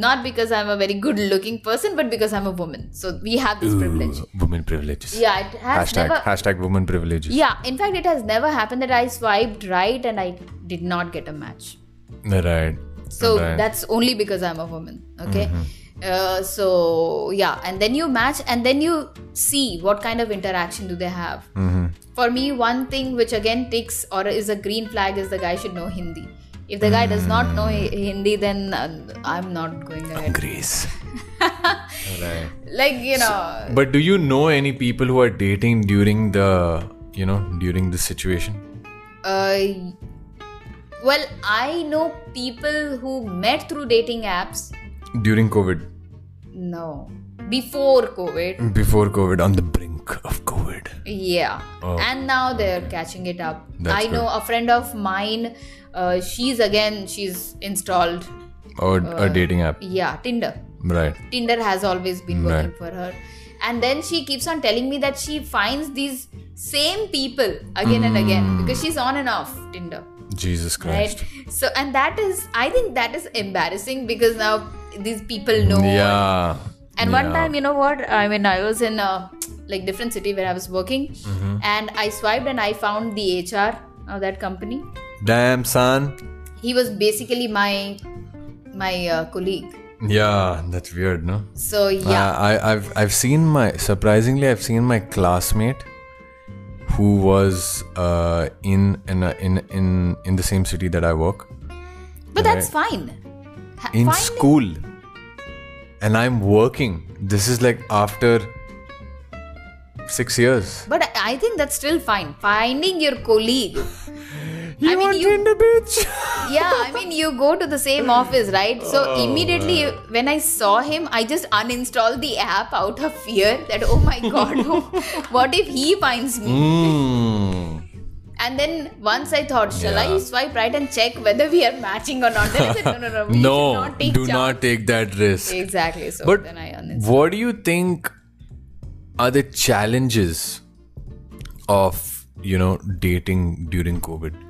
Speaker 1: not because i'm a very good looking person but because i'm a woman so we have this privilege
Speaker 2: Ooh, women privileges
Speaker 1: yeah it has
Speaker 2: hashtag
Speaker 1: never
Speaker 2: hashtag women privileges
Speaker 1: yeah in fact it has never happened that i swiped right and i did not get a match
Speaker 2: right
Speaker 1: so
Speaker 2: right.
Speaker 1: that's only because i'm a woman okay uh, so yeah and then you match and then you see what kind of interaction do they have for me one thing which again ticks or is a green flag is the guy should know hindi if the guy does not know Hi- hindi then uh, i'm not going ahead
Speaker 2: grace right
Speaker 1: like you know
Speaker 2: But do you know any people who are dating during the, you know, during this situation?
Speaker 1: uh, well i know people who met through dating apps
Speaker 2: During COVID,
Speaker 1: no before covid
Speaker 2: before COVID, on the brink of COVID.
Speaker 1: Yeah.
Speaker 2: Oh.
Speaker 1: And now they're catching it up.
Speaker 2: That's
Speaker 1: I know a friend of mine, uh, she's again, she's installed,
Speaker 2: Or
Speaker 1: Uh,
Speaker 2: a dating app.
Speaker 1: yeah, Tinder.
Speaker 2: Right.
Speaker 1: Tinder has always been working
Speaker 2: Right.
Speaker 1: for her. And then she keeps on telling me that she finds these same people again and
Speaker 2: Mm.
Speaker 1: again because she's on and off Tinder.
Speaker 2: Jesus Christ.
Speaker 1: Right? So, and that is, I think that is embarrassing because now these people know
Speaker 2: Yeah.
Speaker 1: and
Speaker 2: Yeah.
Speaker 1: one time, you know what? I mean, I was in a like different city where I was working, and I swiped and I found the HR of that company.
Speaker 2: Damn, son.
Speaker 1: He was basically my my uh, colleague.
Speaker 2: Yeah, that's weird, no?
Speaker 1: So yeah,
Speaker 2: Uh, I, I've, I've seen my, surprisingly, I've seen my classmate who was uh, in, in, a, in, in, in the same city that I work.
Speaker 1: but that's fine. Ha-
Speaker 2: in
Speaker 1: fine.
Speaker 2: school and i'm working this is like after 6 years
Speaker 1: But I- I think that's still fine. Finding your colleague. I mean, you
Speaker 2: Tinder bitch [laughs]
Speaker 1: yeah, I mean, you go to the same office, right? So immediately when I saw him, I just uninstalled the app out of [laughs] fear that oh my god, what if he finds me?
Speaker 2: mm.
Speaker 1: And then once I thought, shall I
Speaker 2: Yeah.
Speaker 1: swipe right and check whether we are matching or not? Then I said, no, no, no. We
Speaker 2: no,
Speaker 1: should not take
Speaker 2: do
Speaker 1: chance.
Speaker 2: not take that risk.
Speaker 1: Exactly. So
Speaker 2: But
Speaker 1: then I uninstalled.
Speaker 2: what do you think are the challenges of you know dating during COVID?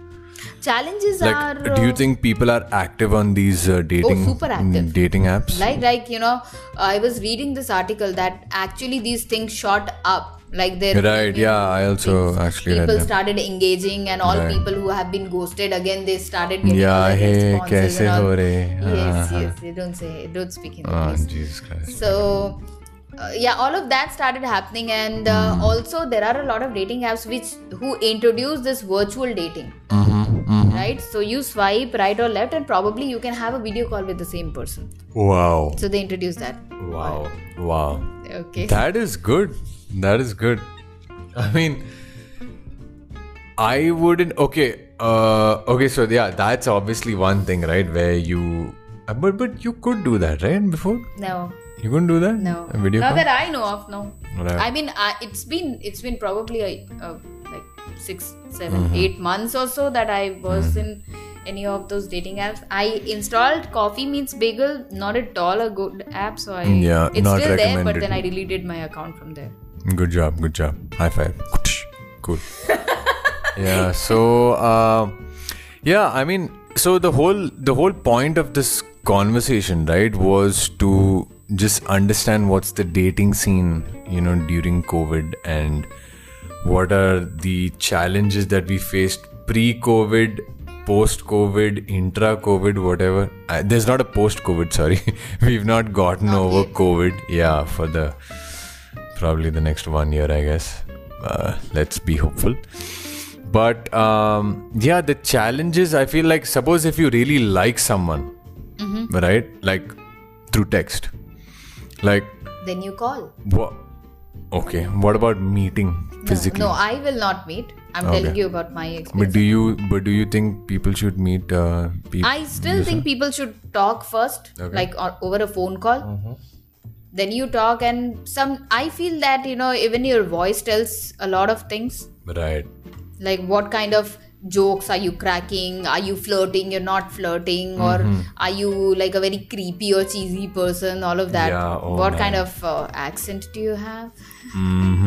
Speaker 1: Challenges
Speaker 2: Like,
Speaker 1: are. uh,
Speaker 2: do you think people are active on these uh, dating
Speaker 1: Oh, super active.
Speaker 2: dating apps?
Speaker 1: like like you know uh, i was reading this article that actually these things shot up like they're
Speaker 2: right? Yeah, I also actually read
Speaker 1: people
Speaker 2: that.
Speaker 1: started engaging and all
Speaker 2: Right.
Speaker 1: people who have been ghosted again they started getting
Speaker 2: Yeah,
Speaker 1: all the
Speaker 2: hey,
Speaker 1: responses
Speaker 2: kaise
Speaker 1: and all.
Speaker 2: ho re?
Speaker 1: yes
Speaker 2: Uh-huh.
Speaker 1: yes they don't say don't speak hindi
Speaker 2: Oh,
Speaker 1: please.
Speaker 2: Jesus Christ.
Speaker 1: so uh, yeah all of that started happening and uh, also there are a lot of dating apps which who introduce this virtual dating
Speaker 2: Hmm.
Speaker 1: right so you swipe right or left and probably you can have a video call with the same person
Speaker 2: Wow.
Speaker 1: so they introduced that
Speaker 2: Wow. Wow.
Speaker 1: okay
Speaker 2: That is good. That is good. I mean, I wouldn't. Okay. Uh, okay. So yeah, that's obviously one thing, right? Where you, uh, but but you could do that, right? Before
Speaker 1: no
Speaker 2: you couldn't do that.
Speaker 1: no
Speaker 2: A video
Speaker 1: not
Speaker 2: call?
Speaker 1: that i know of no
Speaker 2: Right.
Speaker 1: i mean I, it's been it's been probably a, a, like six, seven, eight
Speaker 2: Mm-hmm.
Speaker 1: months or so that i was in any of those dating apps i installed coffee meets bagel not at all a good app so i
Speaker 2: Mm, Yeah,
Speaker 1: it's
Speaker 2: not
Speaker 1: still there but
Speaker 2: recommended.
Speaker 1: then i deleted my account from there
Speaker 2: Good job, good job. High five. Cool. yeah. So, uh, yeah. I mean, so the whole the whole point of this conversation, right, was to just understand what's the dating scene, you know, during COVID, and what are the challenges that we faced pre-COVID, post-COVID, intra-COVID, whatever. Uh, there's not a post-COVID. Sorry, [laughs] we've not gotten over COVID. Yeah, for the probably the next one year, I guess. Uh, let's be hopeful. But um, yeah, the challenges I feel like, suppose if you really like someone,
Speaker 1: Mm-hmm.
Speaker 2: right? Like through text, like,
Speaker 1: then you call
Speaker 2: wha okay, what about meeting physically?
Speaker 1: no i will not meet i'm telling you about my experience
Speaker 2: But do you but do you think people should meet uh, people?
Speaker 1: I still think people should talk first, like or, over a phone call.
Speaker 2: Mm-hmm.
Speaker 1: Then you talk, and some. I feel that you know, even your voice tells a lot of things.
Speaker 2: right.
Speaker 1: Like what kind of jokes are you cracking? Are you flirting? You're not flirting,
Speaker 2: Mm-hmm.
Speaker 1: or are you like a very creepy or cheesy person? All of that.
Speaker 2: Yeah, oh
Speaker 1: what
Speaker 2: man.
Speaker 1: kind of uh, accent do you have? [laughs]
Speaker 2: Mm-hmm.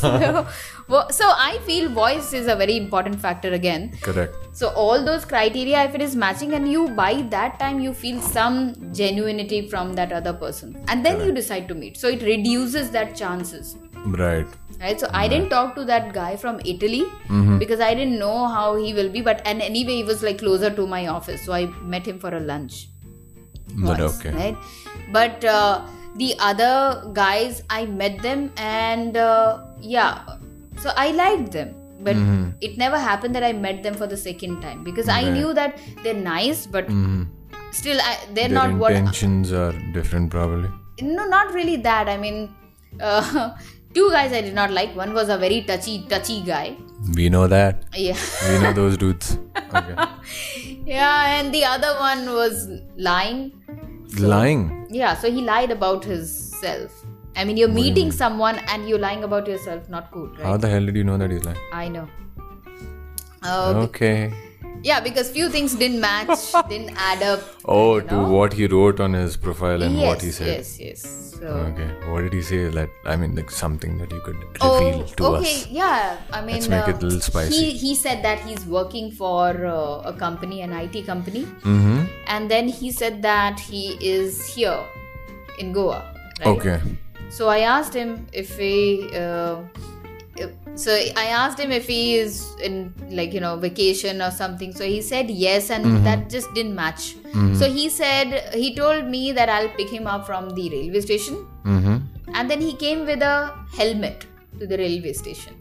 Speaker 1: so, wo- so I feel voice is a very important factor again.
Speaker 2: Correct.
Speaker 1: So all those criteria, if it is matching, and you by that time you feel some genuinity from that other person, and then you decide to meet. So it reduces that chances,
Speaker 2: Right.
Speaker 1: right? So I didn't talk to that guy from Italy
Speaker 2: Mm-hmm. Hmm.
Speaker 1: because I didn't know how he will be. But and anyway, he was like closer to my office, so I met him for a lunch.
Speaker 2: But
Speaker 1: once,
Speaker 2: okay.
Speaker 1: Right? But uh, the other guys, I met them, and uh, yeah, so I liked them. But it never happened that I met them for the second time because I
Speaker 2: Mm-hmm. Right. Mm.
Speaker 1: knew that they're nice, but still I, they're
Speaker 2: Mm-hmm. Their
Speaker 1: not what.
Speaker 2: intentions are different, probably.
Speaker 1: No, not really that. I mean, uh, [laughs] two guys I did not like. One was a very touchy, touchy guy. [laughs]
Speaker 2: We know that.
Speaker 1: Yeah.
Speaker 2: We know those dudes.
Speaker 1: [laughs]
Speaker 2: Okay.
Speaker 1: Yeah, and the other one was lying.
Speaker 2: Lying.
Speaker 1: Yeah, so he lied about his self. I mean, you're meeting someone and you're lying about yourself. Not cool, right?
Speaker 2: Oh, How the hell did you know that he's lying?
Speaker 1: I know. Uh,
Speaker 2: Okay.
Speaker 1: Yeah, because few things didn't
Speaker 2: [laughs]
Speaker 1: match, didn't add up.
Speaker 2: Oh,
Speaker 1: you
Speaker 2: to
Speaker 1: know?
Speaker 2: what he wrote on his profile and
Speaker 1: yes,
Speaker 2: what he said. Uh,
Speaker 1: Yes, yes. So,
Speaker 2: Okay. What did he say? That I mean, like something that you could reveal
Speaker 1: oh,
Speaker 2: to
Speaker 1: okay.
Speaker 2: us.
Speaker 1: Yeah, I mean, uh,
Speaker 2: Let's make it a little spicy.
Speaker 1: He he said that he's working for uh, a company, an IT company,
Speaker 2: Mm-hmm.
Speaker 1: and then he said that he is here in Goa. Right?
Speaker 2: Okay.
Speaker 1: So I asked him if he. Uh, if- so I asked him if he is in like you know vacation or something. So he said yes, and that just didn't match. So he said he told me that I'll pick him up from the railway station,
Speaker 2: Mm-hmm.
Speaker 1: and then he came with a helmet to the railway station.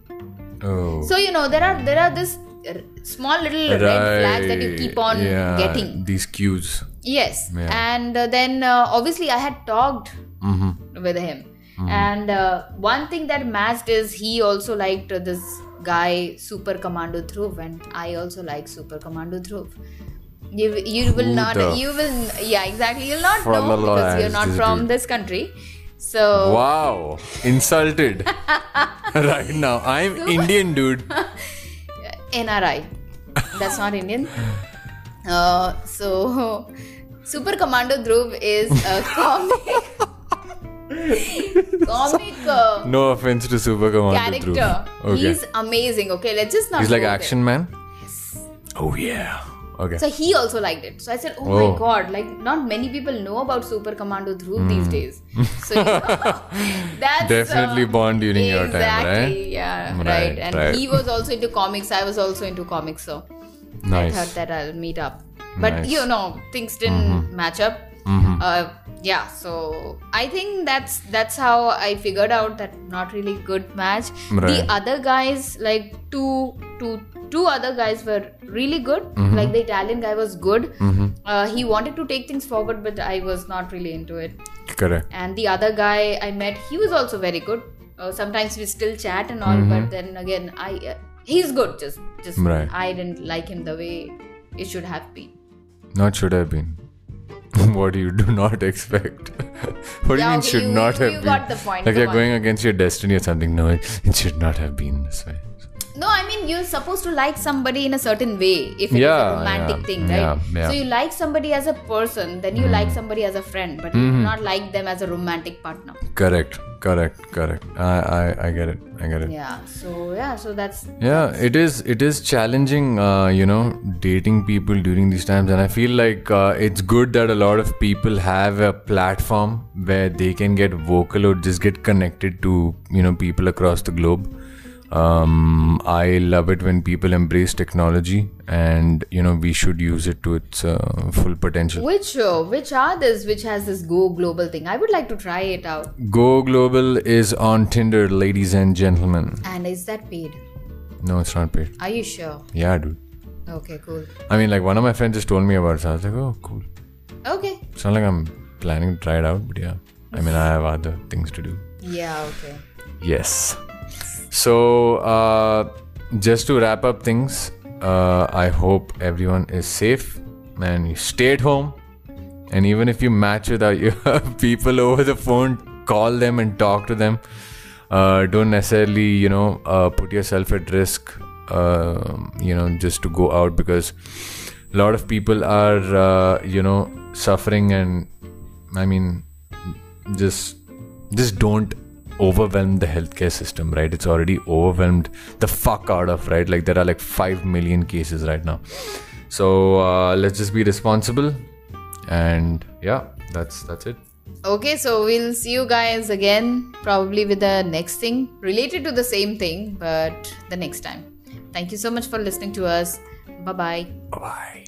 Speaker 2: Oh.
Speaker 1: So you know there are there are this uh, small little red flags that you keep on
Speaker 2: yeah,
Speaker 1: getting.
Speaker 2: These cues.
Speaker 1: Yes,
Speaker 2: Yeah.
Speaker 1: and uh, then uh, obviously I had talked
Speaker 2: Mm-hmm.
Speaker 1: with him. And uh, one thing that matched is he also liked this guy Super Commando Dhruv, and I also like Super Commando Dhruv. You, you will
Speaker 2: Who
Speaker 1: not
Speaker 2: the
Speaker 1: you will yeah exactly you'll not know
Speaker 2: Falala
Speaker 1: because you're
Speaker 2: is
Speaker 1: not
Speaker 2: this
Speaker 1: from
Speaker 2: dude?
Speaker 1: this country. So [laughs]
Speaker 2: Wow. Insulted. right now, I'm Indian, dude.
Speaker 1: NRI. That's not
Speaker 2: [laughs]
Speaker 1: Indian. Uh, so, Super Commando Dhruv is a comic. comic. Uh,
Speaker 2: No offense to Super Commander
Speaker 1: character.
Speaker 2: Dhruv. Okay.
Speaker 1: He's amazing. Okay, let's just not.
Speaker 2: He's like
Speaker 1: go there.
Speaker 2: action man. Oh yeah. Okay.
Speaker 1: So he also liked it. So I said, oh,
Speaker 2: Oh. Hmm.
Speaker 1: my god, like not many people know about Super Commando Dhruv these days. So
Speaker 2: [laughs]
Speaker 1: you know, that's uh,
Speaker 2: Definitely born during your time,
Speaker 1: Exactly.
Speaker 2: right?
Speaker 1: Yeah, right.
Speaker 2: Right,
Speaker 1: And
Speaker 2: right.
Speaker 1: he was also into comics. I was also into comics. So I
Speaker 2: Nice.
Speaker 1: thought that I'll meet up. But
Speaker 2: Nice. Mm-hmm.
Speaker 1: you know, things didn't match up. Uh, yeah, so I think that's that's how I figured out that not really good match. The
Speaker 2: Right.
Speaker 1: other guys, like two two two other guys were really good.
Speaker 2: Mm-hmm.
Speaker 1: Like the Italian guy was good. Uh, he wanted to take things forward, but I was not really into it.
Speaker 2: Correct.
Speaker 1: And the other guy I met, he was also very good. Uh, sometimes we still chat and all, but then again, I uh, he's good. Just just
Speaker 2: Mm-hmm. Right.
Speaker 1: I didn't like him the way it should have been.
Speaker 2: Not should have been. [laughs] what you do not expect. [laughs] what do you
Speaker 1: Yeah,
Speaker 2: mean
Speaker 1: okay,
Speaker 2: should
Speaker 1: you-
Speaker 2: not
Speaker 1: you- you
Speaker 2: have been?
Speaker 1: got the point,
Speaker 2: Like
Speaker 1: come
Speaker 2: you're
Speaker 1: on.
Speaker 2: going against your destiny or something. No, it, it should not have been this way.
Speaker 1: No, I mean you're supposed to like somebody in a certain way if it's
Speaker 2: Yeah,
Speaker 1: a romantic
Speaker 2: yeah,
Speaker 1: thing, right?
Speaker 2: yeah, Mm-hmm. yeah.
Speaker 1: So you like somebody as a person, then you like somebody as a friend, but
Speaker 2: Mm-hmm.
Speaker 1: you do not like them as a romantic partner.
Speaker 2: Correct. Correct. Correct. I I, I get it. I get it.
Speaker 1: Yeah. So yeah, so that's
Speaker 2: yeah it is it is challenging uh, you know dating people during these times and i feel like uh, it's good that a lot of people have a platform where they can get vocal or just get connected to you know people across the globe um, i love it when people embrace technology and you know we should use it to its uh, full potential
Speaker 1: which uh, which are this which has this go global thing. I would like to try it out.
Speaker 2: go global is on tinder ladies and gentlemen
Speaker 1: And is that paid?
Speaker 2: no it's not paid
Speaker 1: Are you sure?
Speaker 2: yeah dude
Speaker 1: Okay, cool.
Speaker 2: i mean like one of my friends just told me about it so i was like oh cool
Speaker 1: Okay.
Speaker 2: It's not like I'm planning to try it out, but yeah. I mean, I have other things to do.
Speaker 1: Yeah. Okay.
Speaker 2: Yes. So, uh, just to wrap up things, uh, I hope everyone is safe and you stay at home. And even if you match [laughs] with other people over the phone, call them and talk to them. Uh, don't necessarily, you know, uh, put yourself at risk, uh, you know, just to go out because a lot of people are, uh, you know, suffering and, I mean, just just don't overwhelm the healthcare system right it's already overwhelmed the fuck out of right like there are like 5 million cases right now so uh, let's just be responsible and yeah that's that's it
Speaker 1: Okay, so we'll see you guys again, probably with the next thing related to the same thing, but the next time. Thank you so much for listening to us. Bye bye.
Speaker 2: bye